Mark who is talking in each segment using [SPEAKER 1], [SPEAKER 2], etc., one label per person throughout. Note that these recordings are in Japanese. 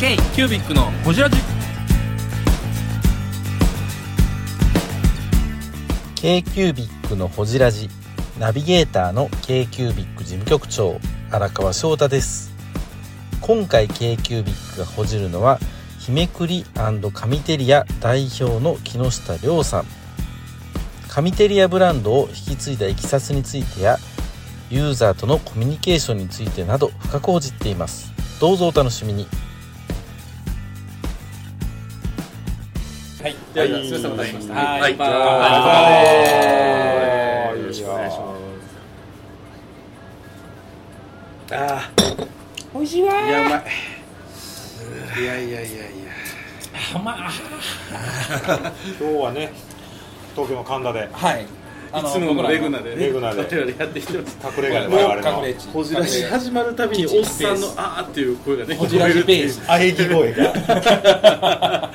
[SPEAKER 1] ケイキュービックのホジラジ
[SPEAKER 2] k q b i c のほじラジナビゲーターの k q b i c 事務局長荒川翔太です今回 k q b i c がほじるのは日めくり神テリア代表の木下亮さん神テリアブランドを引き継いだいきさつについてやユーザーとのコミュニケーションについてなど深くほじっていますどうぞお楽しみに
[SPEAKER 1] はいでは剛さんお待たせしましたはい
[SPEAKER 3] はい
[SPEAKER 1] 乾
[SPEAKER 3] は
[SPEAKER 1] 杯
[SPEAKER 3] いよろしくお願いしま
[SPEAKER 1] 美味しいわ
[SPEAKER 3] す。いや、うまい。いやいやいやいや。
[SPEAKER 1] ま
[SPEAKER 4] 今日はね東京の神田で
[SPEAKER 1] はいあ
[SPEAKER 3] いつものレグナでね。
[SPEAKER 4] レグナで
[SPEAKER 3] 我々やってきてます。
[SPEAKER 4] 隠れ家で
[SPEAKER 3] もう
[SPEAKER 4] 我々
[SPEAKER 1] 隠れ
[SPEAKER 4] の
[SPEAKER 1] 地
[SPEAKER 3] こじらし始まるたびにおっさんのあーっていう声がね、
[SPEAKER 1] ホジラジページ
[SPEAKER 4] 喘ぎ声が
[SPEAKER 3] や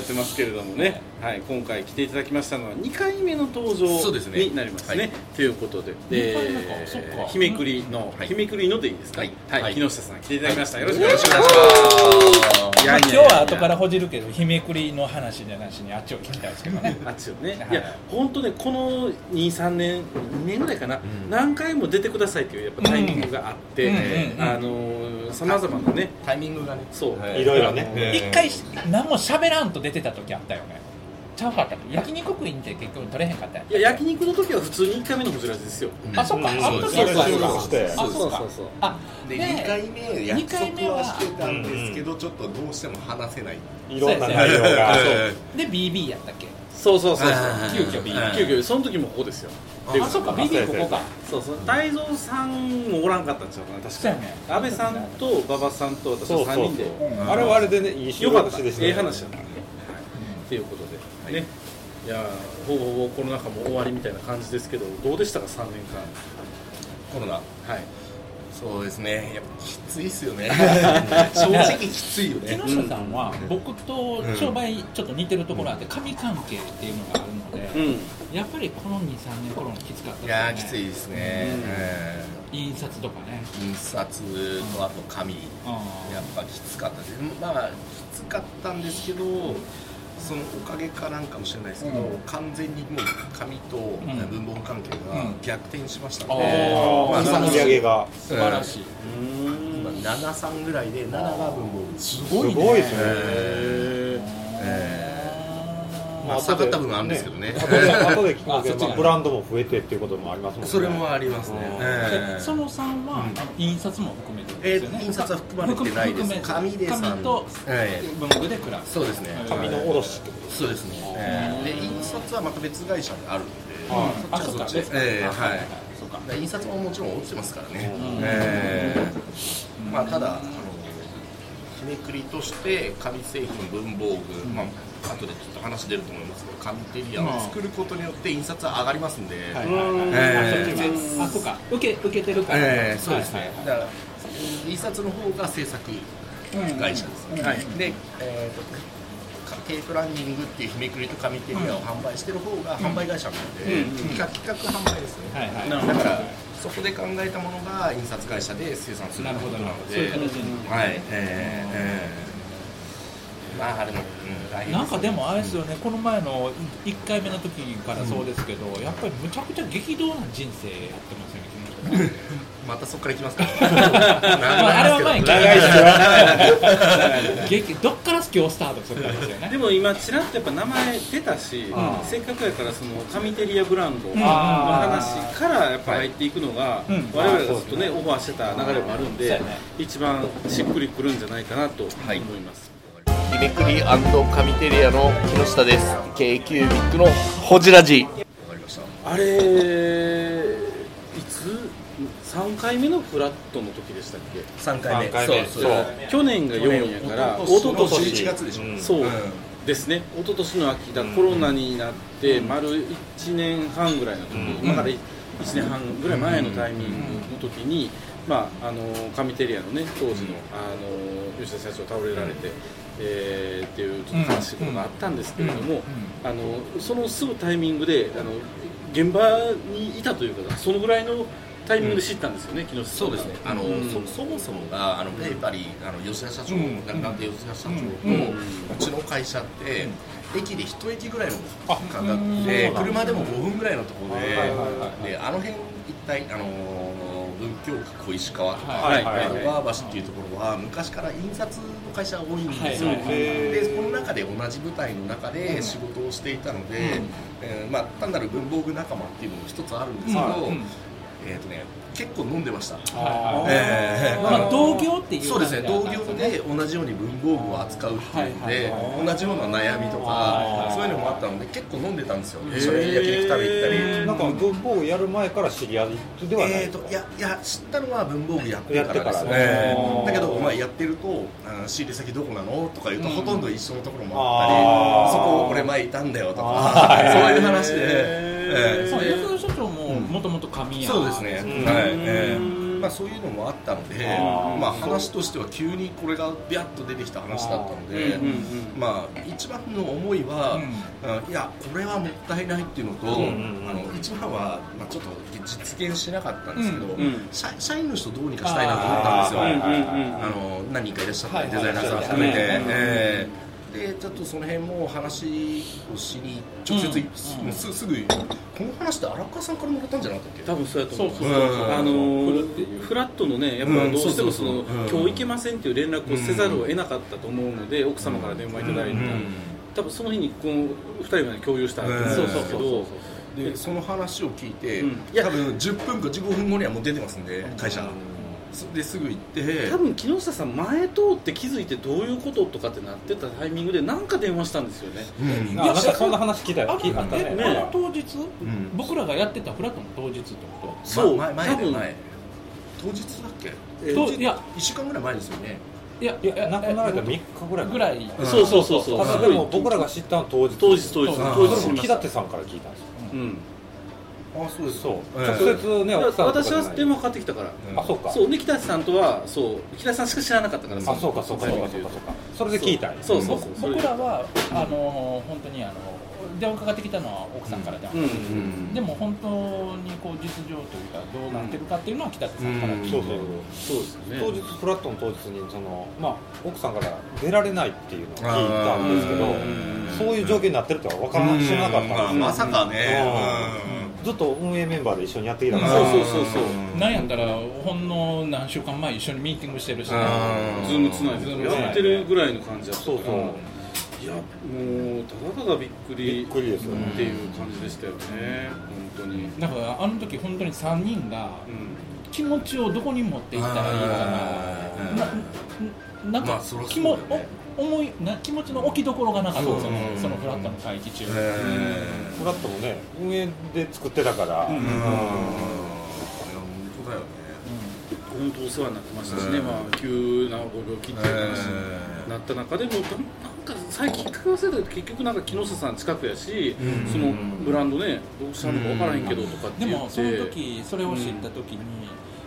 [SPEAKER 3] ってますけれどもね。はい、今回来ていただきましたのは2回目の登場
[SPEAKER 5] そうですね
[SPEAKER 3] になります
[SPEAKER 5] は
[SPEAKER 3] ね
[SPEAKER 5] い。
[SPEAKER 3] ということで、
[SPEAKER 1] 二回目かそっか
[SPEAKER 3] 日めくりの
[SPEAKER 5] は、い
[SPEAKER 3] 日めくりのでいいですか
[SPEAKER 5] はい。
[SPEAKER 3] は、
[SPEAKER 5] はいい
[SPEAKER 3] 木下さん来ていただきました。よろしくお
[SPEAKER 5] よ
[SPEAKER 3] 願
[SPEAKER 5] ろ
[SPEAKER 3] い
[SPEAKER 5] し
[SPEAKER 3] し
[SPEAKER 5] くお
[SPEAKER 3] ます。
[SPEAKER 5] 願いし
[SPEAKER 1] まあ
[SPEAKER 5] ま
[SPEAKER 1] 今
[SPEAKER 5] す。
[SPEAKER 1] 日は後からほじるけど日めくりの話じゃなしにあっちを聞きたいですけどね
[SPEAKER 3] あっちよね、
[SPEAKER 1] はい
[SPEAKER 3] い、や本当ねこの23年2年ぐらいかな、
[SPEAKER 5] ん
[SPEAKER 3] 何回も出てくださいっていうやっぱタイミングがあって、
[SPEAKER 1] うんうん
[SPEAKER 3] あのさまざまなね
[SPEAKER 5] タイミングがね。
[SPEAKER 3] そう、
[SPEAKER 5] はい
[SPEAKER 4] ろいろね
[SPEAKER 3] あの
[SPEAKER 5] ね
[SPEAKER 1] 一回何も喋らんと出てた時あったよねちゃうかったっけ焼肉食いに行って結局取れへんかったやん
[SPEAKER 3] いや焼肉の時は普通に1回目のこちらですよ
[SPEAKER 1] あそっか
[SPEAKER 4] うん
[SPEAKER 1] あの時
[SPEAKER 4] そう
[SPEAKER 1] は
[SPEAKER 4] です
[SPEAKER 1] そう
[SPEAKER 4] そ
[SPEAKER 1] あそ
[SPEAKER 4] うです
[SPEAKER 1] うか
[SPEAKER 3] そう
[SPEAKER 1] あ
[SPEAKER 5] で
[SPEAKER 1] ね
[SPEAKER 5] 2回目約束はしてたんですけど、ちょっとどうしても話せない。
[SPEAKER 4] いろんな内容が
[SPEAKER 5] そう
[SPEAKER 1] で BB やったっけ
[SPEAKER 3] そうそうそうそう
[SPEAKER 5] あー
[SPEAKER 3] 急遽 B
[SPEAKER 5] はい
[SPEAKER 3] 急遽その時もここですよ
[SPEAKER 5] あ
[SPEAKER 3] で
[SPEAKER 1] あそっか BB ここか
[SPEAKER 3] そうそう泰造さんもおらんかったんちゃうかな確
[SPEAKER 1] そう
[SPEAKER 3] か
[SPEAKER 1] や
[SPEAKER 3] に
[SPEAKER 1] ね
[SPEAKER 3] 安倍さんと馬場さんと私
[SPEAKER 4] そう
[SPEAKER 3] の
[SPEAKER 4] そ
[SPEAKER 3] 3
[SPEAKER 4] うそう
[SPEAKER 3] 人で
[SPEAKER 4] あれはあれでねいい
[SPEAKER 3] よ
[SPEAKER 4] 収
[SPEAKER 3] かっ
[SPEAKER 4] 録
[SPEAKER 3] た、
[SPEAKER 4] しでした
[SPEAKER 3] ええ話だったね。ということで、ね、いやーほぼほぼコロナ禍も終わりみたいな感じですけど、どうでしたか、3年
[SPEAKER 5] コロナ。
[SPEAKER 3] 間、はい、
[SPEAKER 5] そうですね。やっぱきついっすよ ね。正直きついよ
[SPEAKER 1] 木
[SPEAKER 5] ね。
[SPEAKER 1] 下さんは僕と商売ちょっと似てるところあって神関係っていうのがあるので
[SPEAKER 3] う
[SPEAKER 1] やっぱりこの23年コロナきつかったです
[SPEAKER 5] い
[SPEAKER 1] よ
[SPEAKER 5] や
[SPEAKER 1] ね
[SPEAKER 5] ーきついですね。
[SPEAKER 1] 印刷とかね
[SPEAKER 5] うん印刷とあと紙。やっぱきつかったですまあきつかったんですけどそのおかげかなんかもしれないですけど、
[SPEAKER 1] うん
[SPEAKER 5] 完全にもう紙と
[SPEAKER 1] ん
[SPEAKER 5] 文房具関係
[SPEAKER 1] う
[SPEAKER 5] が
[SPEAKER 1] ん
[SPEAKER 5] 逆転しました
[SPEAKER 1] あ
[SPEAKER 5] ので、
[SPEAKER 1] ー
[SPEAKER 5] まあ
[SPEAKER 4] 今の売り上げが
[SPEAKER 1] 素晴らしい
[SPEAKER 3] ん、
[SPEAKER 5] 今
[SPEAKER 3] うん、
[SPEAKER 5] 73ぐらいで7が文房具
[SPEAKER 1] す
[SPEAKER 4] すごいですね
[SPEAKER 5] えーえーまあ下がった部分あるんですけどね
[SPEAKER 4] 後で後で聞
[SPEAKER 1] あ
[SPEAKER 4] く
[SPEAKER 1] そっちがね
[SPEAKER 4] けど、まあブランドも増えてっていうこともありますもんね
[SPEAKER 5] それもありますね、
[SPEAKER 4] うん
[SPEAKER 5] えー
[SPEAKER 1] その3はあの印刷も含めて
[SPEAKER 5] え
[SPEAKER 1] ですよね
[SPEAKER 5] ー印刷は含まれてないです
[SPEAKER 1] 含め
[SPEAKER 5] 紙でさん
[SPEAKER 1] 紙と
[SPEAKER 5] えー
[SPEAKER 1] 文具で比べ
[SPEAKER 5] そうですね
[SPEAKER 4] 紙の卸しってこと
[SPEAKER 5] そうですね、えーで印刷はまた別会社であるんで、
[SPEAKER 4] はい
[SPEAKER 1] あそっか
[SPEAKER 5] そっちはそっちでええはい
[SPEAKER 1] そうか
[SPEAKER 5] 印刷ももちろん落ちてますからね、
[SPEAKER 4] うん
[SPEAKER 5] えーまあ、ただあのひねくりとして紙製品文房具、まあ後でちょっと話出ると思いますけど紙テリアを作ることによって印刷は上がりますんで、
[SPEAKER 4] はいはいはい
[SPEAKER 5] え
[SPEAKER 1] そっち
[SPEAKER 5] ー
[SPEAKER 1] はあそうか受け受けてるから
[SPEAKER 5] えーそうですね、
[SPEAKER 1] はいはい
[SPEAKER 5] だからうん印刷の方が制作会社ですね、
[SPEAKER 1] うん
[SPEAKER 5] はいで、えーとかテープランニングっていうひめくりと紙テリアを販売してる方が販売会社なので、企画企画販売ですね、
[SPEAKER 1] はいはい
[SPEAKER 3] なるほ
[SPEAKER 5] だ
[SPEAKER 3] ど
[SPEAKER 5] からそこで考えたものが印刷会社で生産する
[SPEAKER 1] な
[SPEAKER 5] こ
[SPEAKER 1] るほ
[SPEAKER 5] と
[SPEAKER 1] ど
[SPEAKER 5] な
[SPEAKER 1] なる
[SPEAKER 5] の
[SPEAKER 1] ほどそうい
[SPEAKER 5] で
[SPEAKER 1] う形に
[SPEAKER 5] はいえーえーまあでも、うん、大変
[SPEAKER 1] なんかでもあれですよね、この前の1回目の時からそうですけど、やっぱりむちゃくちゃ激動な人生やってますよね木下さん、
[SPEAKER 5] またそこから行きま すかま
[SPEAKER 1] あれは前に聞いた
[SPEAKER 4] 長いっすよ
[SPEAKER 1] 激どっから今日スタートするかですよ
[SPEAKER 3] で
[SPEAKER 1] ね。
[SPEAKER 3] も今、ちらっとやっぱ名前出たし、
[SPEAKER 1] うん
[SPEAKER 3] せっかくやから、その紙テリアブランドの
[SPEAKER 1] あ
[SPEAKER 3] 話
[SPEAKER 1] ー
[SPEAKER 3] からやっぱ入っていくのが、
[SPEAKER 1] うん
[SPEAKER 3] 我々がずっとね、オファーしてた流れもあるん
[SPEAKER 1] そう
[SPEAKER 3] で
[SPEAKER 1] やね、
[SPEAKER 3] 一番しっくりくるんじゃないかなと思います。
[SPEAKER 6] ひねくりカミテリアの木下です k q ビックのホジラジ
[SPEAKER 5] わかりました
[SPEAKER 3] あれいつ3回目のフラットの時でしたっけ
[SPEAKER 5] 三回目
[SPEAKER 4] 三回目
[SPEAKER 5] そうそう
[SPEAKER 4] そう
[SPEAKER 3] 去年が4やから
[SPEAKER 5] お
[SPEAKER 3] 一昨
[SPEAKER 5] ととし
[SPEAKER 3] 年
[SPEAKER 5] 1月でしょ、
[SPEAKER 4] うん
[SPEAKER 3] そう、
[SPEAKER 5] うん
[SPEAKER 3] ですね一昨年の秋だコロナになって丸1年半ぐらいの時、
[SPEAKER 4] うん
[SPEAKER 3] 今から1年半ぐらい前のタイミングの時に、まああのカミテリアのね当時の,、あの吉田社長倒れられて、えーっていうちょっと悲しいことがあったんですけれども、あのそのすぐタイミングであの現場にいたというかそのぐらいの
[SPEAKER 7] タイミングで知ったんですよね、木下さ
[SPEAKER 5] そ
[SPEAKER 7] ん
[SPEAKER 5] う
[SPEAKER 7] が
[SPEAKER 5] ですね、あの、
[SPEAKER 7] うん
[SPEAKER 5] そそもそもがあのペイパリーあの吉田社長、
[SPEAKER 1] うん
[SPEAKER 5] 亡くなって吉田社長と、
[SPEAKER 1] う
[SPEAKER 5] うんちの会社って、駅で一駅ぐらいの
[SPEAKER 1] あ
[SPEAKER 5] 間隔
[SPEAKER 1] う
[SPEAKER 5] で、
[SPEAKER 1] んそうだ
[SPEAKER 5] 車でも5分ぐらいのところで,、
[SPEAKER 1] はいはいはい
[SPEAKER 5] であの辺一体あのー文京区小石川とか、
[SPEAKER 1] はい
[SPEAKER 4] はい
[SPEAKER 5] 江戸川橋っていうところは昔から印刷の会社が多いんですよ、
[SPEAKER 1] はいはいはい
[SPEAKER 5] でこの中で同じ舞台の中で仕事をしていたので、えーまあ、単なる文房具仲間っていうのも一つあるんですけど、
[SPEAKER 1] うん
[SPEAKER 5] えーとね、結構飲んでました、
[SPEAKER 1] はいはい
[SPEAKER 5] えー
[SPEAKER 1] まあ同業っていう
[SPEAKER 5] そうですね同
[SPEAKER 1] 感じ
[SPEAKER 5] 業
[SPEAKER 1] なん
[SPEAKER 5] で同じように文房具を扱うっていうので、
[SPEAKER 1] はいはい
[SPEAKER 5] 同じような悩みと
[SPEAKER 1] は
[SPEAKER 5] か
[SPEAKER 1] い
[SPEAKER 5] そういうのもあったので結構飲んでたんですよ
[SPEAKER 4] え
[SPEAKER 5] 一緒に焼肉食べ行ったり。
[SPEAKER 4] なんか文法をやる前から知り合いではない、
[SPEAKER 5] えー、といやいや知ったのは文房具やってから
[SPEAKER 4] やっ
[SPEAKER 5] ですね
[SPEAKER 4] てからね
[SPEAKER 5] だけど、まあ、やってるとあー仕入れ先どこなのとか言うと、
[SPEAKER 1] うん
[SPEAKER 5] ほとんど一緒のところもあ
[SPEAKER 4] あー
[SPEAKER 5] ったりそこ俺前いたんだよと
[SPEAKER 4] あ
[SPEAKER 5] か
[SPEAKER 4] ー
[SPEAKER 5] そういう話で、
[SPEAKER 4] へ
[SPEAKER 5] えー
[SPEAKER 1] そう
[SPEAKER 5] で
[SPEAKER 1] 安田社長ももともと紙屋
[SPEAKER 5] そうですね、
[SPEAKER 4] うん
[SPEAKER 5] はい、えーまあ、そういうのもあったので、
[SPEAKER 4] あー
[SPEAKER 5] まあ、話としては急にこれがビャッと出てきた話だったので、
[SPEAKER 7] うんうん
[SPEAKER 5] まあ、一番の思いは、あいやこれはもったいないっていうのと、
[SPEAKER 4] んうんうん
[SPEAKER 5] あの一番は、まあ、ちょっと実現しなかったんですけど、
[SPEAKER 7] んうん
[SPEAKER 5] 社社員の人どうにかしたいなと思ったんですよ。
[SPEAKER 4] あ
[SPEAKER 5] あ
[SPEAKER 4] ーはい
[SPEAKER 5] の何人かいらっしゃったり、
[SPEAKER 1] はいはい
[SPEAKER 5] デザイナーさん含めて、
[SPEAKER 7] はいはい
[SPEAKER 5] えーでちょっとその辺も話をしに直接、
[SPEAKER 1] うんうん
[SPEAKER 5] すすぐこの話って荒川さんからもらったんじゃなかったっけ
[SPEAKER 7] 多分そうやと思います
[SPEAKER 1] そう
[SPEAKER 5] そうそうそう
[SPEAKER 7] あの
[SPEAKER 1] うん
[SPEAKER 7] ーフラットのねやっぱどうしてもその、
[SPEAKER 5] うんそうそうそううん
[SPEAKER 7] 今日行けませんっていう連絡をせざるを得なかったと思うので奥様から電話いただいて、多分その日にこの2人が、ね、共有したんです
[SPEAKER 5] うん
[SPEAKER 7] けど
[SPEAKER 5] でその話を聞いて、
[SPEAKER 7] うんいや
[SPEAKER 5] 多分10分か15分後にはもう出てますんで会社、すですぐ行って
[SPEAKER 7] 多分木下さん前通って気づいてどういうこととかってなってたタイミングで何か電話したんですよね
[SPEAKER 5] うん
[SPEAKER 4] あなんかそんな話聞いた
[SPEAKER 1] あ
[SPEAKER 4] よ
[SPEAKER 1] の
[SPEAKER 4] 聞いたね
[SPEAKER 1] え
[SPEAKER 7] ね
[SPEAKER 1] あの当日
[SPEAKER 5] ん
[SPEAKER 1] 僕らがやってたフラットの当日ってこ
[SPEAKER 7] そう
[SPEAKER 5] ま前前
[SPEAKER 7] 多分
[SPEAKER 5] 前当日だっけ
[SPEAKER 1] とといや
[SPEAKER 5] 1週間ぐらい前ですよね
[SPEAKER 1] いや
[SPEAKER 4] いや亡くなられた3日ぐらい
[SPEAKER 1] ぐらい
[SPEAKER 5] うん
[SPEAKER 7] そうそうそうそう
[SPEAKER 4] ただでも僕らが知ったのは当日
[SPEAKER 7] 当日当日
[SPEAKER 5] あ
[SPEAKER 7] 当日
[SPEAKER 4] そ
[SPEAKER 7] 知
[SPEAKER 4] れ
[SPEAKER 7] り
[SPEAKER 4] も
[SPEAKER 7] ま
[SPEAKER 4] 木
[SPEAKER 7] した
[SPEAKER 4] 立さんから聞いたんですよ
[SPEAKER 7] うん
[SPEAKER 5] あそうです
[SPEAKER 4] そう、
[SPEAKER 5] ええ
[SPEAKER 4] 直接ね
[SPEAKER 7] いや
[SPEAKER 4] 奥さんとか
[SPEAKER 7] 私
[SPEAKER 4] じゃない
[SPEAKER 7] は電話かかってきたから
[SPEAKER 5] うん
[SPEAKER 4] あそうか
[SPEAKER 7] そうで北橋さんとはそう北橋さんしか知らなかったから
[SPEAKER 4] あそうかそうかそうかそうかそうかそれで聞いたんや
[SPEAKER 7] そうそう
[SPEAKER 1] 僕
[SPEAKER 7] そう
[SPEAKER 1] 僕らはあの本当にあの電話かかってきたのは奥さんから電話、
[SPEAKER 7] うん
[SPEAKER 1] でも本当にこう実情というかどうなってるかっていうのは北手さんから聞いて、
[SPEAKER 4] そうそう
[SPEAKER 7] そうですね
[SPEAKER 4] そう当日フラットの当日にその、まあ、奥さんから出られないっていうのを聞いたんですけど
[SPEAKER 5] あー
[SPEAKER 4] そういう状況になってるとは分からな知らなかったん
[SPEAKER 5] うんまあま
[SPEAKER 4] です
[SPEAKER 5] さかね
[SPEAKER 4] よずっと運営メンバーで一緒にやってきたか
[SPEAKER 5] ん
[SPEAKER 4] ら、
[SPEAKER 7] そうそうそうそう
[SPEAKER 1] なんやったらほんの何週間前一緒にミーティングしてるし、
[SPEAKER 5] うん
[SPEAKER 7] ズームつないでやってるぐらいの感じだったから
[SPEAKER 4] そうそう
[SPEAKER 7] いやもうただただびっくり
[SPEAKER 4] びっくりですよね
[SPEAKER 7] っていう感じでしたよね本当に
[SPEAKER 1] だからあの時本当に3人が気持ちをどこに持っていったらいい
[SPEAKER 5] うん
[SPEAKER 1] かななななん
[SPEAKER 5] まあ
[SPEAKER 1] か
[SPEAKER 5] そりゃ
[SPEAKER 1] 気
[SPEAKER 5] そ
[SPEAKER 1] も
[SPEAKER 5] うだよね
[SPEAKER 1] お思いな気持ちの置きどころがなかったんですよね
[SPEAKER 5] うん
[SPEAKER 1] そのフラットの会議中、
[SPEAKER 5] え
[SPEAKER 4] フラットもね運営で作ってたから、
[SPEAKER 5] えうんいや本当だよね
[SPEAKER 7] 本当お世話になってましたしね、
[SPEAKER 5] うん
[SPEAKER 7] まあ、急なご病気っていう話になった中でも、なんか最近聞かせたけど、結局、なんか木下さん近くやし、
[SPEAKER 5] うん
[SPEAKER 7] そのブランドね、どうしたのか分からへんけどとかって
[SPEAKER 1] で
[SPEAKER 7] 言
[SPEAKER 1] も
[SPEAKER 7] っ
[SPEAKER 1] そ
[SPEAKER 7] て、
[SPEAKER 1] の時それを知った時に、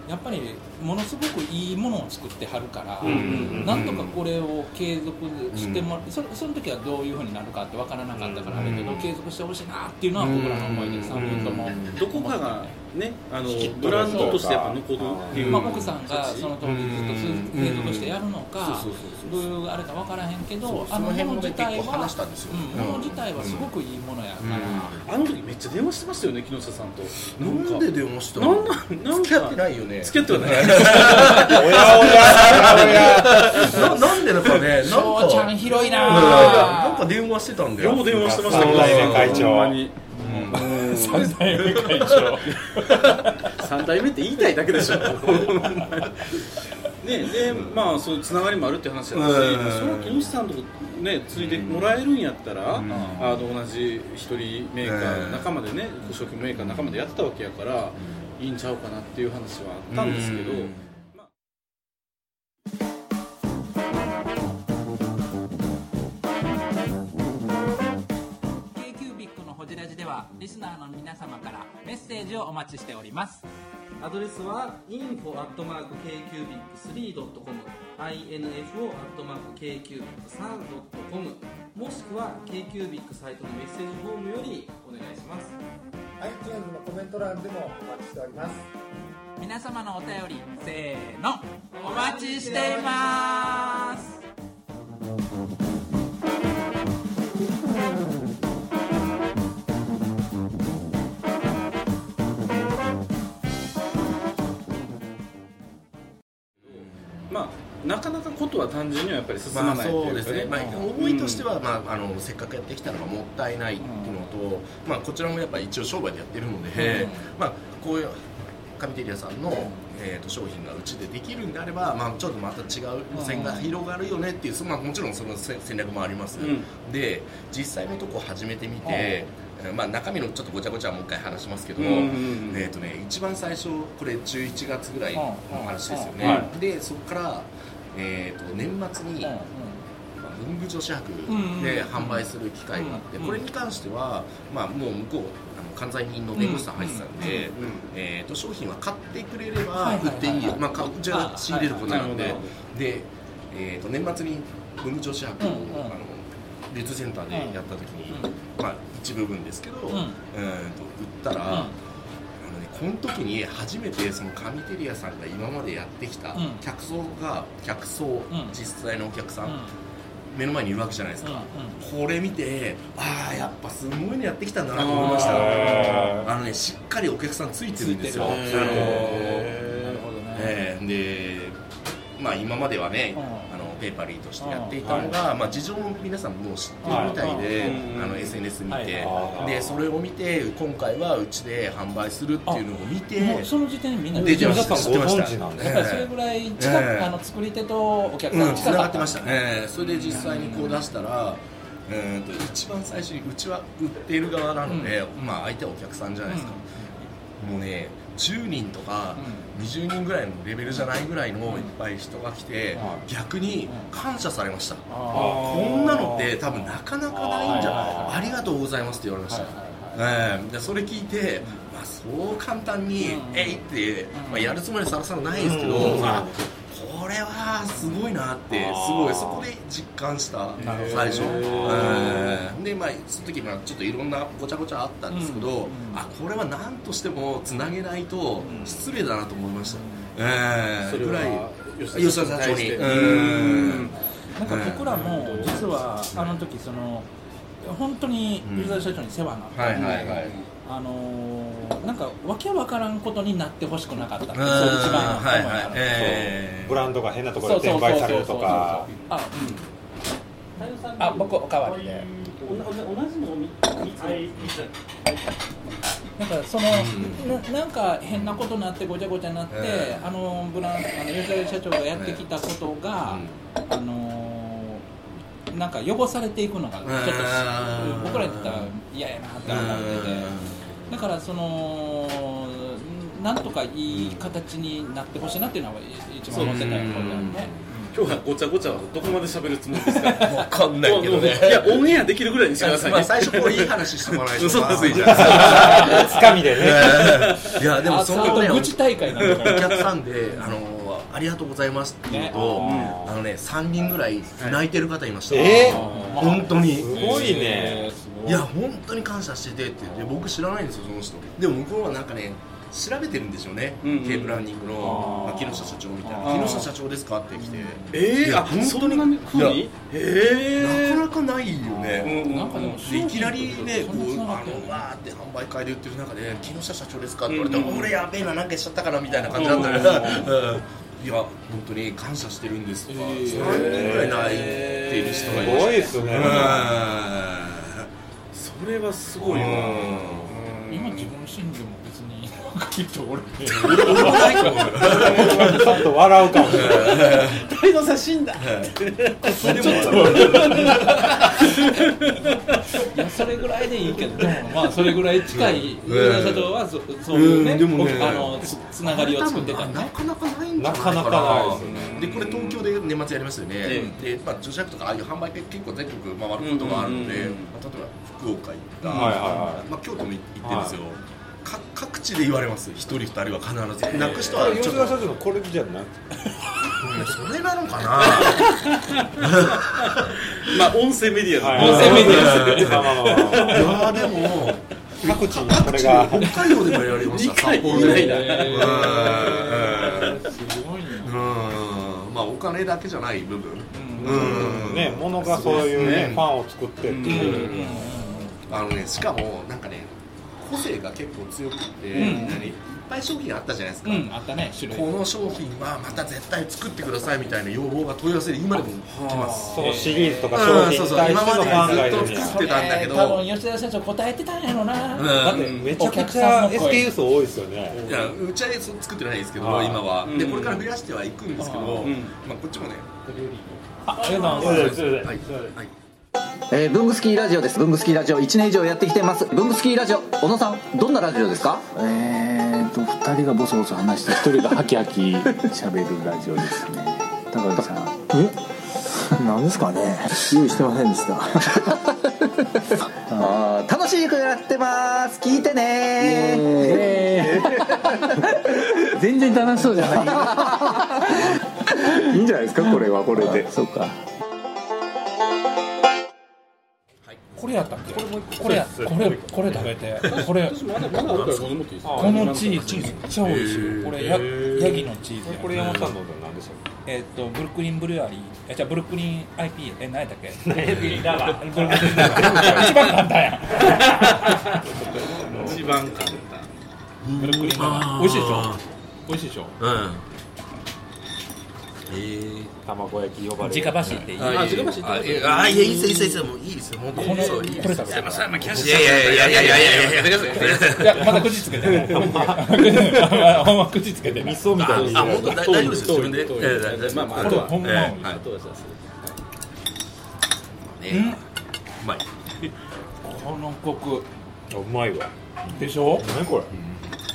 [SPEAKER 1] やっぱりものすごくいいものを作ってはるから、
[SPEAKER 7] うんうんうん
[SPEAKER 1] なんとかこれを継続してもらそその時はどういうふうになるかってわからなかったからあれけど、継続してほしいなっていうのは僕らの思いで3人とも、
[SPEAKER 7] どこかがね、あの
[SPEAKER 4] 引き取る
[SPEAKER 7] ブランドとしてやっぱ残るっていう、
[SPEAKER 1] まあ、奥さんがその当時ずっと
[SPEAKER 5] うん
[SPEAKER 1] 継続してやるのか、
[SPEAKER 5] そうそうそう
[SPEAKER 1] ど
[SPEAKER 5] そうう
[SPEAKER 1] いうあれか分からへんけ
[SPEAKER 5] そ
[SPEAKER 1] ど
[SPEAKER 5] う、
[SPEAKER 1] あ
[SPEAKER 5] その
[SPEAKER 1] の
[SPEAKER 5] 辺
[SPEAKER 1] もの
[SPEAKER 5] もね
[SPEAKER 1] 自
[SPEAKER 5] 結
[SPEAKER 1] 体
[SPEAKER 5] 構
[SPEAKER 1] は
[SPEAKER 5] 話したんですよ
[SPEAKER 1] うんもの自体はすごくいいものやから、
[SPEAKER 7] あの時めっちゃ電話してましたよね、木下さんと。
[SPEAKER 5] うんなんで電話した
[SPEAKER 7] なん
[SPEAKER 5] の
[SPEAKER 7] なんなん
[SPEAKER 5] 付き合って
[SPEAKER 7] い
[SPEAKER 5] ないよね
[SPEAKER 7] 付き合ってはない
[SPEAKER 4] おやおやおやおや
[SPEAKER 5] ななんでだかねなん
[SPEAKER 1] 翔ちゃ
[SPEAKER 5] か
[SPEAKER 1] ん広い
[SPEAKER 5] いや
[SPEAKER 1] な
[SPEAKER 5] なんか電話してたんだよ
[SPEAKER 7] よう電話してました
[SPEAKER 4] 三代目会長
[SPEAKER 7] ほんまに
[SPEAKER 1] 3代目会長
[SPEAKER 7] 三代目って言いたいだけでしょねでまあそういうつながりもあるって話だし、
[SPEAKER 5] うん
[SPEAKER 7] その木下さんとこねついでもらえるんやったら、あの同じ一人メーカー
[SPEAKER 5] うん
[SPEAKER 7] 仲間でね小食メーカー仲間でやってたわけやから、いいんちゃうかなっていう話はあったんですけど、
[SPEAKER 5] うん
[SPEAKER 7] まあ
[SPEAKER 8] k q b i c のほじラジではリスナーの皆様からメッセージをお待ちしております
[SPEAKER 9] アドレスは info.kcubic3.com info.kcubic3.com もしくは KQBIC サイトのメッセージフォームよりお願いします
[SPEAKER 10] iTunes のコメント欄でもお待ちしております
[SPEAKER 8] 皆様のお便りせーのお待ちしています
[SPEAKER 7] まあなかなかことは単純にはやっぱり進まないと
[SPEAKER 5] そう
[SPEAKER 7] い
[SPEAKER 5] で
[SPEAKER 7] う
[SPEAKER 5] す
[SPEAKER 7] か
[SPEAKER 5] ね、
[SPEAKER 7] ね
[SPEAKER 5] まあ、思いとしては、まあ、あのせっかくやってきたのがもったいないっていうのと、まあ、こちらもやっぱ一応商売でやってるので、まあ、こういうカミテリアさんの、えー、と商品がうちでできるんであれば、まあ、ちょっとまた違う路線が広がるよねっていう、まあ、もちろんその戦戦略もあります、
[SPEAKER 7] う
[SPEAKER 5] で実際のとこ始めてみて、えーまあ、中身のちょっとごちゃごちゃはもう一回話しますけど、
[SPEAKER 7] うんうんうん
[SPEAKER 5] えっ、とね一番最初これ11月ぐらいの話ですよね、
[SPEAKER 7] うんうんは
[SPEAKER 5] でそこから、えー、と年末に、まあ文具女子博で販売する機会があって、これに関しては、まあ、もう向こうあの関西人の弁護士さん入ってたんで、えー、と商品は買ってくれれば売っていいよ、まあ、買うちは仕入れることなんで、
[SPEAKER 7] はいはいは
[SPEAKER 5] で、えー、と年末に文具女子博を、
[SPEAKER 1] うんうん
[SPEAKER 5] あのレッズセンターでやった時に、まあ、一部分ですけど、
[SPEAKER 1] ん
[SPEAKER 5] えー、と売ったら、あのね、この時に初めてそのカミテリアさんが今までやってきた
[SPEAKER 1] ん
[SPEAKER 5] 客層が客層、実際のお客さん、目の前にいるわけじゃないですか、これ見てああやっぱすごいのやってきたんだなと思いましたあのねしっかりお客さんついてるんですよあの
[SPEAKER 1] なるほどね
[SPEAKER 5] えーでまあ今まではね、
[SPEAKER 1] うん
[SPEAKER 5] あのペーパリーとしてやっていたのが、まあ、事情も皆さんもう知ってるみたいで、
[SPEAKER 7] うん
[SPEAKER 5] あの SNS 見て、
[SPEAKER 1] はい
[SPEAKER 5] でそれを見て今回はうちで販売するっていうのを見て
[SPEAKER 1] もうその時点でみんな
[SPEAKER 5] で
[SPEAKER 1] 出
[SPEAKER 5] じ
[SPEAKER 1] て
[SPEAKER 5] ゃ
[SPEAKER 1] ま
[SPEAKER 5] あ
[SPEAKER 1] した
[SPEAKER 5] 知ってました
[SPEAKER 4] ご存知な
[SPEAKER 1] やっ
[SPEAKER 4] ん
[SPEAKER 1] ぱ りそれぐらい近く、
[SPEAKER 5] ええ
[SPEAKER 1] あの作り手とお客さん
[SPEAKER 5] う
[SPEAKER 1] が
[SPEAKER 5] ん、
[SPEAKER 1] 近
[SPEAKER 5] 繋
[SPEAKER 1] か
[SPEAKER 5] が
[SPEAKER 1] っん
[SPEAKER 5] ったて
[SPEAKER 1] で
[SPEAKER 5] ますし
[SPEAKER 1] ね
[SPEAKER 5] た、えーそれで実際にこう出したら、えー、と一番最初にうちは売っている側なので、まあ相手はお客さんじゃないですか、もうね10人とか20人ぐらいのレベルじゃないぐらいのいっぱい人が来て、逆に感謝されました、こんなのって多分なかなかないんじゃないありがとうございますって言われました、ええでそれ聞いて、まあ、そう簡単に「えい!」って、まあ、やるつもりさらさらないですけど、まあこれはすごいなってすごいそこで実感した最初、ええでまあその時まあちょっといろんなごちゃごちゃあったんですけど、あこれは何としてもつなげないと失礼だなと思いました、ええ
[SPEAKER 7] それ
[SPEAKER 5] ぐらい
[SPEAKER 7] は
[SPEAKER 5] 吉田社長に。うん
[SPEAKER 1] なんか僕らも実はあの時その本当にユーザー社長に世話になった、
[SPEAKER 5] はいはいはい
[SPEAKER 1] あのーなんかわけわからんことになってほしくなかったって、
[SPEAKER 5] うん
[SPEAKER 1] それ一番の思いが
[SPEAKER 5] はいは
[SPEAKER 1] あ
[SPEAKER 5] い
[SPEAKER 1] る、
[SPEAKER 5] ええ
[SPEAKER 4] ブランドが変なところで転売されるとか
[SPEAKER 1] あ、うん、あ僕おかわりで なんかその、ななんか変なことになってごちゃごちゃになって、
[SPEAKER 5] え
[SPEAKER 1] あのブランあの吉田社長がやってきたことが、あのーなんか汚されていくのがちょっとし、
[SPEAKER 5] うん
[SPEAKER 1] 僕らにとっては嫌やなって思ってて、だからそのなんとかいい形になってほしいなっていうのは一番思ってたよね、
[SPEAKER 7] 今日はごちゃごちゃはどこまで喋るつ もりですか
[SPEAKER 5] わかんないけどね
[SPEAKER 7] いやオンエアできるぐらいにしてください
[SPEAKER 5] まあ
[SPEAKER 7] ね
[SPEAKER 5] 最初こういい話してもらえ
[SPEAKER 7] 嘘 ついち
[SPEAKER 4] つかみでね
[SPEAKER 5] いやでもそのね
[SPEAKER 1] あ
[SPEAKER 5] お
[SPEAKER 1] 愚痴大会なんだから
[SPEAKER 5] 客さんであのありがとうございますって言うとあのね3人ぐらい泣いてる方いました
[SPEAKER 4] え
[SPEAKER 5] 本当に
[SPEAKER 4] すごいね
[SPEAKER 5] いや本当に感謝しててってで僕知らないんですよその人でも向こうはなんかね調べてるんでしょうね、
[SPEAKER 7] うんうん
[SPEAKER 5] K ブランディングの、まあ、木下社長みたいな木下社長ですかって来て、
[SPEAKER 7] え
[SPEAKER 5] い
[SPEAKER 7] ー、
[SPEAKER 5] や
[SPEAKER 7] あそんな風
[SPEAKER 5] い
[SPEAKER 7] にえ
[SPEAKER 5] なかなかないよね、
[SPEAKER 1] なんかでも
[SPEAKER 5] でいきなりね、こ
[SPEAKER 1] 商品
[SPEAKER 5] う
[SPEAKER 1] と
[SPEAKER 5] あのわーって販売会で売ってる中で、木下社長ですかって言われて、俺、やべえな、なんかしちゃったからみたいな感じだったから、うんいや、本当に感謝してるんですとか、3人ぐらい泣いてる人が
[SPEAKER 4] す
[SPEAKER 5] いまし
[SPEAKER 4] ご
[SPEAKER 5] た
[SPEAKER 4] いですね
[SPEAKER 7] それはすごいな
[SPEAKER 1] 今自分信じも別にきっと俺
[SPEAKER 4] ちょっと笑うかもしれない
[SPEAKER 1] いやそれぐらいでいいけどでもまあそれぐらい近い上田社長はそそういうね,、
[SPEAKER 5] うんでもね
[SPEAKER 1] あのつつながりを作ってたん
[SPEAKER 5] な
[SPEAKER 1] ね
[SPEAKER 5] かなかないんじゃ
[SPEAKER 4] な
[SPEAKER 5] ない
[SPEAKER 4] かなかないですよ
[SPEAKER 5] でこれ東京で年末やりましたよね、でまあ、女子博とかああいう販売会結構全国回ることがあるので、ま
[SPEAKER 7] うんうんうん
[SPEAKER 5] あ、例えば福岡行った、
[SPEAKER 4] はいはいはい
[SPEAKER 5] まあ、京都も行ってるんですよ、か各地で言われます一人二人は必ず泣く人はちょ
[SPEAKER 4] 吉
[SPEAKER 5] っ
[SPEAKER 4] 田
[SPEAKER 5] と
[SPEAKER 4] 社長のこれじゃなくて
[SPEAKER 5] それなのかな
[SPEAKER 7] まあ音声メディア
[SPEAKER 4] はい
[SPEAKER 7] の
[SPEAKER 1] 音声メディア
[SPEAKER 4] まあまあまあまあ
[SPEAKER 5] いやでも
[SPEAKER 4] 各地にこれが
[SPEAKER 5] 各地北海道でもやりました札幌でも
[SPEAKER 7] ないな
[SPEAKER 5] うん
[SPEAKER 1] すごいな
[SPEAKER 5] うんまあお金だけじゃない部分うん
[SPEAKER 4] ね物がそういうねファンを作ってっていう
[SPEAKER 5] あのねしかもなんかね個性が結構強くて、
[SPEAKER 1] うん
[SPEAKER 5] 何いっぱい商品あったじゃないですか、
[SPEAKER 1] うんあったね種類
[SPEAKER 5] この商品はまた絶対作ってくださいみたいな要望が問い合わせで今でも来ます
[SPEAKER 4] そのシリーズとか商品に対してのファンがいるん
[SPEAKER 5] うんそうそう今までずっと
[SPEAKER 4] や
[SPEAKER 5] 作ってたんだけど
[SPEAKER 1] これ多分吉田社長答えてたんやろな、
[SPEAKER 5] うん
[SPEAKER 1] だって
[SPEAKER 4] めち
[SPEAKER 1] お
[SPEAKER 4] ゃく
[SPEAKER 1] 客
[SPEAKER 4] ちゃ
[SPEAKER 1] さんの声
[SPEAKER 4] SKU 数多いですよね
[SPEAKER 5] いやうちはねそう作ってないですけど
[SPEAKER 4] あー
[SPEAKER 5] 今は、で
[SPEAKER 7] うん
[SPEAKER 5] これから増やしてはいくんですけど、
[SPEAKER 1] あー
[SPEAKER 5] まあ、こっちもね
[SPEAKER 1] あありがとうございます
[SPEAKER 4] そうですそうです
[SPEAKER 5] はい
[SPEAKER 4] そうです
[SPEAKER 5] はい
[SPEAKER 10] えー、ブングスキーラジオですブングスキーラジオ1年以上やってきてますブングスキーラジオ小野さんどんなラジオですかえーと2人がボソボソ話して1人がハキハキ喋るラジオですね高木さんえなんですかね用意してませんでした あー楽しい曲やってます聞いてね 全然楽しそうじゃ ないいいんじゃないですかこれはこれでそうか
[SPEAKER 1] これやったっけこれこれやこれこれ食べてこれ
[SPEAKER 7] まだまだあるからこれ持っていいですか
[SPEAKER 1] このチーズめっちゃ美味しいよこれヤヤギのチーズや
[SPEAKER 4] これ山本さんの何でしたっ
[SPEAKER 1] えっとブルックリンブルアリーえじゃあブルックリン IP え何やったっけ
[SPEAKER 4] けエビだわ
[SPEAKER 1] ブルックリンだ一番簡単や
[SPEAKER 7] 一番簡単
[SPEAKER 1] ブルックリンだ美味しいでしょ美味しいでしょ
[SPEAKER 5] うんえー
[SPEAKER 4] 卵焼き呼ばれる
[SPEAKER 1] 直箸っていい
[SPEAKER 5] あ自分あいやあいやいいですいいですいいですもういいですよもうこ
[SPEAKER 1] この
[SPEAKER 5] そういいです
[SPEAKER 1] これ食べて
[SPEAKER 5] いやまあまあキャッシュいやいやいやいやいやいややめてください
[SPEAKER 1] いやまだ口つけてないほん ま口つけてない
[SPEAKER 4] 味噌みたい
[SPEAKER 5] あ
[SPEAKER 4] な
[SPEAKER 5] 本当大丈夫ですよ自分でいやいやいや
[SPEAKER 7] まあまあ
[SPEAKER 1] こ
[SPEAKER 7] あ
[SPEAKER 1] れ
[SPEAKER 7] とは
[SPEAKER 1] ほんま美味しい
[SPEAKER 5] はい
[SPEAKER 7] あとはさ
[SPEAKER 1] うん
[SPEAKER 5] ねうまい
[SPEAKER 1] このコク
[SPEAKER 4] あうまいわ
[SPEAKER 1] でしょ
[SPEAKER 4] 何これ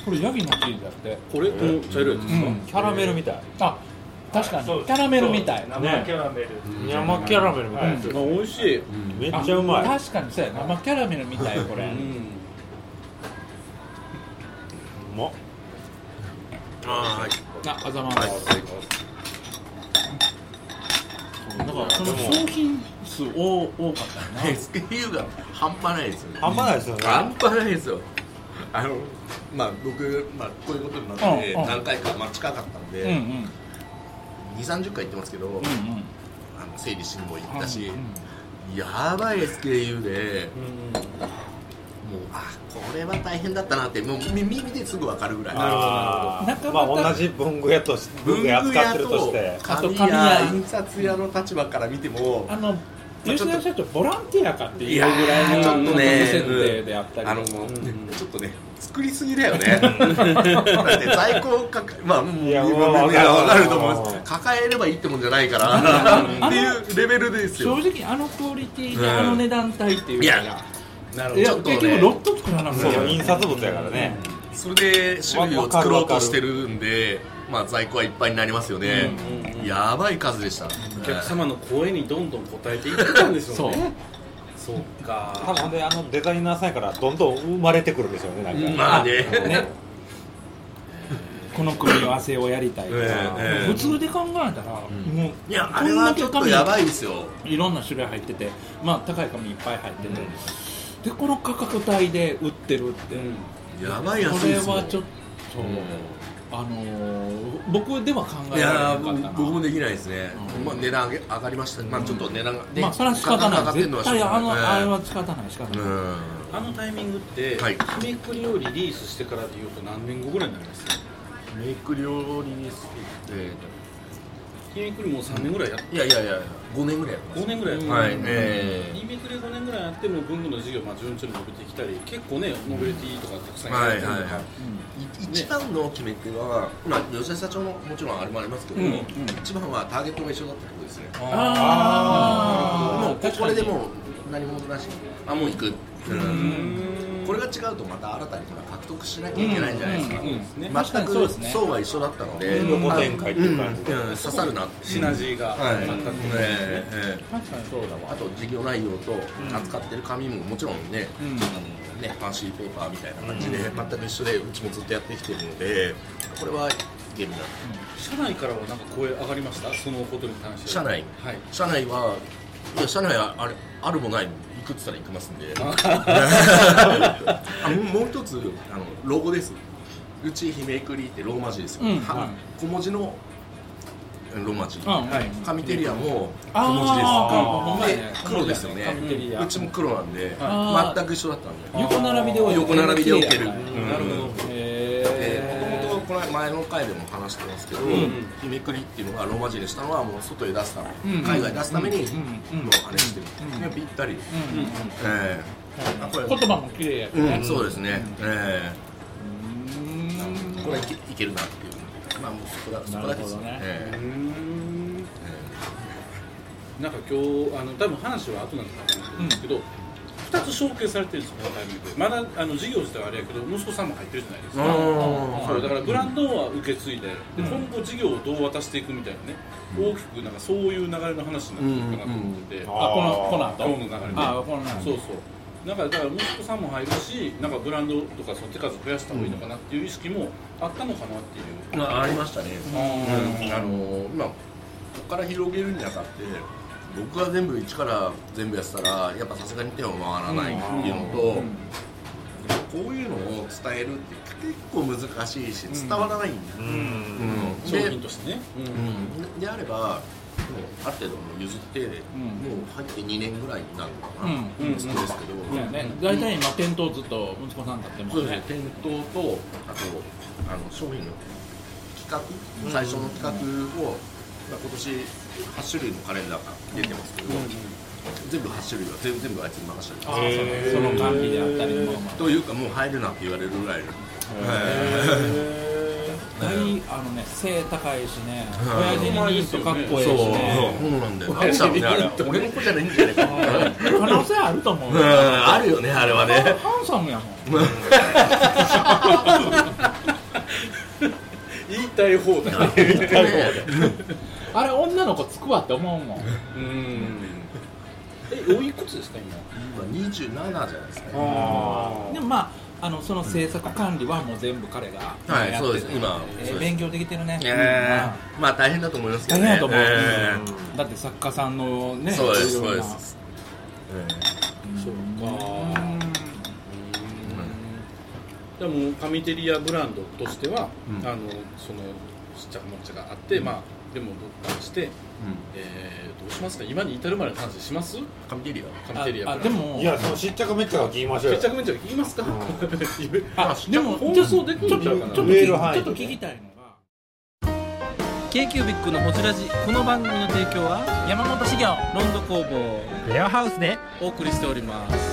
[SPEAKER 1] これヤギのチーズやって
[SPEAKER 7] これこの茶色いやつですか
[SPEAKER 4] キャラメルみたい
[SPEAKER 1] あ確かにキャラメルみたいな
[SPEAKER 4] ねキャラメル山キャラメルみたいな
[SPEAKER 7] あ美味しい
[SPEAKER 4] めっちゃうまい
[SPEAKER 1] あ確かにそうや生キャラメルみたいこれ
[SPEAKER 4] うまっ
[SPEAKER 5] あ
[SPEAKER 1] ああざまますだからその商品数多多かった
[SPEAKER 5] あ SKU が半端ないですよね
[SPEAKER 4] あんまないですよね
[SPEAKER 5] 半端ないですよあのまあ僕、まあ、こういうことになって
[SPEAKER 1] うんうん
[SPEAKER 5] 何回か、まあ、近かったので、
[SPEAKER 1] うんうん
[SPEAKER 5] 2 3 0回行ってますけど、
[SPEAKER 1] うんうん
[SPEAKER 5] あの整理しんも行ったし、
[SPEAKER 1] うん
[SPEAKER 5] やばい SKU で、もうあこれは大変だったなってもうみ耳ですぐ分かるぐらい
[SPEAKER 4] あ
[SPEAKER 1] なか
[SPEAKER 4] ー
[SPEAKER 1] な
[SPEAKER 4] ま
[SPEAKER 1] か
[SPEAKER 4] あ同じ文具屋とし文具屋扱ってるとして
[SPEAKER 1] あと
[SPEAKER 5] 紙
[SPEAKER 1] 紙
[SPEAKER 5] や
[SPEAKER 1] 屋
[SPEAKER 5] 印刷屋の立場から見ても
[SPEAKER 1] あの吉田社長ボランティアかって
[SPEAKER 5] い
[SPEAKER 1] いう
[SPEAKER 5] や
[SPEAKER 1] ぐらい
[SPEAKER 5] ー
[SPEAKER 1] の
[SPEAKER 5] ちょっとね
[SPEAKER 1] 設定であったり
[SPEAKER 5] あの、
[SPEAKER 1] とか
[SPEAKER 5] ちょっとね作りすぎだよ ねだって在庫をかかまあもう
[SPEAKER 4] いや
[SPEAKER 5] 今
[SPEAKER 4] もう
[SPEAKER 5] いや
[SPEAKER 4] わ
[SPEAKER 5] わ
[SPEAKER 4] か
[SPEAKER 5] か
[SPEAKER 4] る
[SPEAKER 5] ると思います抱えればいいってもんじゃないからっていうレベルです
[SPEAKER 1] 正
[SPEAKER 5] よ
[SPEAKER 1] 直あのクオリティ
[SPEAKER 5] うん
[SPEAKER 1] であの値段帯っていうの
[SPEAKER 5] い
[SPEAKER 1] が
[SPEAKER 5] やなる
[SPEAKER 1] いや
[SPEAKER 5] ちょっと
[SPEAKER 1] 結局
[SPEAKER 5] ね
[SPEAKER 1] ロット作らなく
[SPEAKER 4] そ
[SPEAKER 1] な
[SPEAKER 4] う
[SPEAKER 1] る
[SPEAKER 4] 印刷物やからね
[SPEAKER 5] それで種類を作ろうとしてるんでまあ在庫はいっぱいになりますよね、やばい数でした
[SPEAKER 7] お客様の声にどんどん応えていってたんですよねそう
[SPEAKER 4] 多
[SPEAKER 7] か
[SPEAKER 4] 分ねあのデザイナーさんやからどんどん生まれてくるんでしょうねなんか
[SPEAKER 5] まあね
[SPEAKER 1] ねこの組み合わせをやりたいとか
[SPEAKER 5] ええ
[SPEAKER 1] 普通で考えたらもう
[SPEAKER 5] いやあれはちょっとやばいですよ
[SPEAKER 1] いろんな種類入ってて、まあ、高い紙いっぱい入ってて、でこの価格帯で売ってるって、
[SPEAKER 5] やばい
[SPEAKER 1] こ
[SPEAKER 5] 安い
[SPEAKER 1] れ
[SPEAKER 5] ですよ
[SPEAKER 1] はちょっと、あのー僕では考え
[SPEAKER 5] い
[SPEAKER 1] られな
[SPEAKER 5] や
[SPEAKER 1] かった
[SPEAKER 5] ー
[SPEAKER 1] な
[SPEAKER 5] 僕僕もできないですね、
[SPEAKER 1] うん
[SPEAKER 5] まあ、値段上げ上がりました、まあ、ちょっと値段が、ね
[SPEAKER 1] まあそれは仕方
[SPEAKER 5] 上が
[SPEAKER 1] な
[SPEAKER 5] っ
[SPEAKER 1] い
[SPEAKER 5] てんのは
[SPEAKER 1] 絶
[SPEAKER 5] しょう
[SPEAKER 1] 対あの、あれ
[SPEAKER 5] が
[SPEAKER 1] は仕方ない仕方
[SPEAKER 5] ない
[SPEAKER 1] ない、
[SPEAKER 5] うん
[SPEAKER 7] あのタイミングって
[SPEAKER 5] はい
[SPEAKER 7] 日めくりをリリースしてからでいうと何年後ぐらいになります
[SPEAKER 5] メイク料理にして、え
[SPEAKER 7] 日めくりもう3年ぐらいやっ
[SPEAKER 5] ーいやいやいや5年ぐらいやって
[SPEAKER 7] 5年ぐらいやって
[SPEAKER 5] ますはい
[SPEAKER 7] うん
[SPEAKER 5] え
[SPEAKER 7] 日めくり5年ぐらいやってもう文具の授業まあ順調に伸びてきたり結構ねノベルティとかたくさんやってるとか、
[SPEAKER 5] はいはいはいーい一番の決め手は、まあ、吉田社長ももちろんあれもありますけど、
[SPEAKER 1] うんうん
[SPEAKER 5] 一番はターゲットが一緒だったことですね
[SPEAKER 1] あ
[SPEAKER 5] もう
[SPEAKER 1] 確
[SPEAKER 5] こ
[SPEAKER 1] か
[SPEAKER 5] れ
[SPEAKER 1] に
[SPEAKER 5] でもう何もなしあもう行く、うんこれが違うとまた新たに獲得しなきゃいけないんじゃないですか、
[SPEAKER 1] うんうんうん確か
[SPEAKER 5] 全
[SPEAKER 1] に
[SPEAKER 5] く
[SPEAKER 1] そうですね
[SPEAKER 5] 層は一緒だったので、
[SPEAKER 4] 横展開っていう感じで
[SPEAKER 5] うんうん刺さるなって
[SPEAKER 7] シナジーが
[SPEAKER 5] はい、
[SPEAKER 7] あったっていう
[SPEAKER 5] えええ
[SPEAKER 1] 確かにそうだ
[SPEAKER 5] えあと事業内容と扱ってる紙ももちろんね、
[SPEAKER 1] うん
[SPEAKER 5] あのねファンシーペーパーみたいな感じで全く一緒でうちもずっとやってきてるのでこれはゲームだ
[SPEAKER 7] 社内からはなんか声上がりましたそのことに関して
[SPEAKER 5] 社内
[SPEAKER 7] はい
[SPEAKER 5] 社内はいや社内はあれあるもない行くっつったら行きますんであもうもう一つあのロゴですうちひめくりってローマ字ですよ、
[SPEAKER 1] うん
[SPEAKER 5] は小文字のローマ字、
[SPEAKER 1] うんはい
[SPEAKER 5] カミテリアも
[SPEAKER 1] あー
[SPEAKER 5] 小文字です
[SPEAKER 1] ほんまや
[SPEAKER 5] で
[SPEAKER 1] ね
[SPEAKER 5] 黒ですよね
[SPEAKER 1] カミテリア
[SPEAKER 5] うちも黒なんで、
[SPEAKER 1] はい
[SPEAKER 5] 全く一緒だったんで
[SPEAKER 1] 横並びで置いて
[SPEAKER 5] 横並びで置ける
[SPEAKER 1] なるほど
[SPEAKER 5] で
[SPEAKER 1] へ
[SPEAKER 5] もともとこの前の回でも話してますけど、日めくりっていうのがローマ字にしたのはもう外へ出すため、
[SPEAKER 1] うん
[SPEAKER 5] 海外出すために、
[SPEAKER 1] うんうん
[SPEAKER 5] もうあれしてる、ねぴったり、ええこれ
[SPEAKER 1] 言葉も綺麗やし
[SPEAKER 5] う
[SPEAKER 1] ね
[SPEAKER 5] ん、そうですね、え
[SPEAKER 1] うん
[SPEAKER 5] えこれいけいけるなっていうまあもうそこだそこだけですね
[SPEAKER 1] なるほどね
[SPEAKER 5] ええ
[SPEAKER 7] なんか今日あの多分話は後なんだと思うんですけど、二つ承継されてるんですよこのタイミングでまだあの事業自体はあれやけど息子さんも入ってるじゃないですかそうだからブランドは受け継いでで今後事業をどう渡していくみたいなね、大きくなんかそういう流れの話になっていくかなと思ってて、
[SPEAKER 1] あこのこの後
[SPEAKER 7] ダウンの流れで
[SPEAKER 1] あこの後
[SPEAKER 7] そうそうなんかだから息子さんも入るしなんかブランドとかその手数増やした方がいいのかなっていう意識もあったのかなっていう、
[SPEAKER 5] まあありましたね、
[SPEAKER 7] あ
[SPEAKER 5] あの今ここから広げるにあたって僕が全部一から全部やってたらやっぱさすがに手を回らないっていうのと、こういうのを伝えるって結構難しいし伝わらないんだよ、うん
[SPEAKER 7] 商
[SPEAKER 5] で
[SPEAKER 7] 品としてね、
[SPEAKER 5] うんであればもうある程度もう譲って、もう入って2年ぐらいになるのかな、
[SPEAKER 1] う
[SPEAKER 5] うん、ですけど、
[SPEAKER 1] いやね大体今店頭ずっと息子さん立ってま
[SPEAKER 5] そう
[SPEAKER 1] す
[SPEAKER 5] ですね
[SPEAKER 1] ね、
[SPEAKER 5] 店頭と、あと、あの商品の企画、最初の企画を、まあ、今年8種類のカレンダーが出てますけど、全部8種類は全部全部あいつに任せて
[SPEAKER 1] あ
[SPEAKER 5] る
[SPEAKER 1] ーそうねその管理であったりも
[SPEAKER 5] というか、もう入るなって言われるぐらいの、
[SPEAKER 1] 大あのね背高いしね親父に言うとかっこええし
[SPEAKER 5] そう
[SPEAKER 1] ね
[SPEAKER 5] そうなんだよ、ね、多分ねあれって俺の子じゃないんじゃないかな、
[SPEAKER 1] 可能性あると思う
[SPEAKER 5] うん、あるよね、あれはね。
[SPEAKER 1] ハンサムやもん
[SPEAKER 7] 言いたい放題
[SPEAKER 1] あれ女の子つくわって思うもん
[SPEAKER 7] えおいくつですか今
[SPEAKER 5] 今27じゃないですか、
[SPEAKER 1] でもまああのその制作管理はもう全部彼が
[SPEAKER 5] はい
[SPEAKER 1] やってて
[SPEAKER 5] そうです今
[SPEAKER 1] えー
[SPEAKER 5] そうです
[SPEAKER 1] 勉強できてるね
[SPEAKER 5] ええまあ大変だと思いますけ
[SPEAKER 1] 大変やと
[SPEAKER 5] どね
[SPEAKER 1] 思う
[SPEAKER 5] ええ
[SPEAKER 1] うんだって作家さんのね
[SPEAKER 5] そうです
[SPEAKER 1] いろいろ
[SPEAKER 5] そうで
[SPEAKER 1] な
[SPEAKER 5] す、え
[SPEAKER 7] でもカミテリアブランドとしては、
[SPEAKER 5] うん
[SPEAKER 7] あのそのちっちゃくもっちゃがあって、まあでもどっかして、えーどうしますか今に至るまでの話します
[SPEAKER 5] え紙切りよ
[SPEAKER 7] カミテリア
[SPEAKER 1] ああ
[SPEAKER 7] ブ
[SPEAKER 1] で
[SPEAKER 7] ランド
[SPEAKER 1] も
[SPEAKER 4] いやそのしっちゃかめっちゃか聞きましょう
[SPEAKER 7] め
[SPEAKER 4] よ
[SPEAKER 7] ちゃくめちゃ言います か
[SPEAKER 1] あでも
[SPEAKER 7] 放
[SPEAKER 1] ちょっと
[SPEAKER 7] 送できるんちゃうかな
[SPEAKER 1] ちょっと
[SPEAKER 4] メール範囲
[SPEAKER 1] ちょっと聞きたいのが
[SPEAKER 8] k q b i c のホジラジこの番組の提供は
[SPEAKER 1] 山本資源
[SPEAKER 8] ロンド工房レアハウスでお送りしております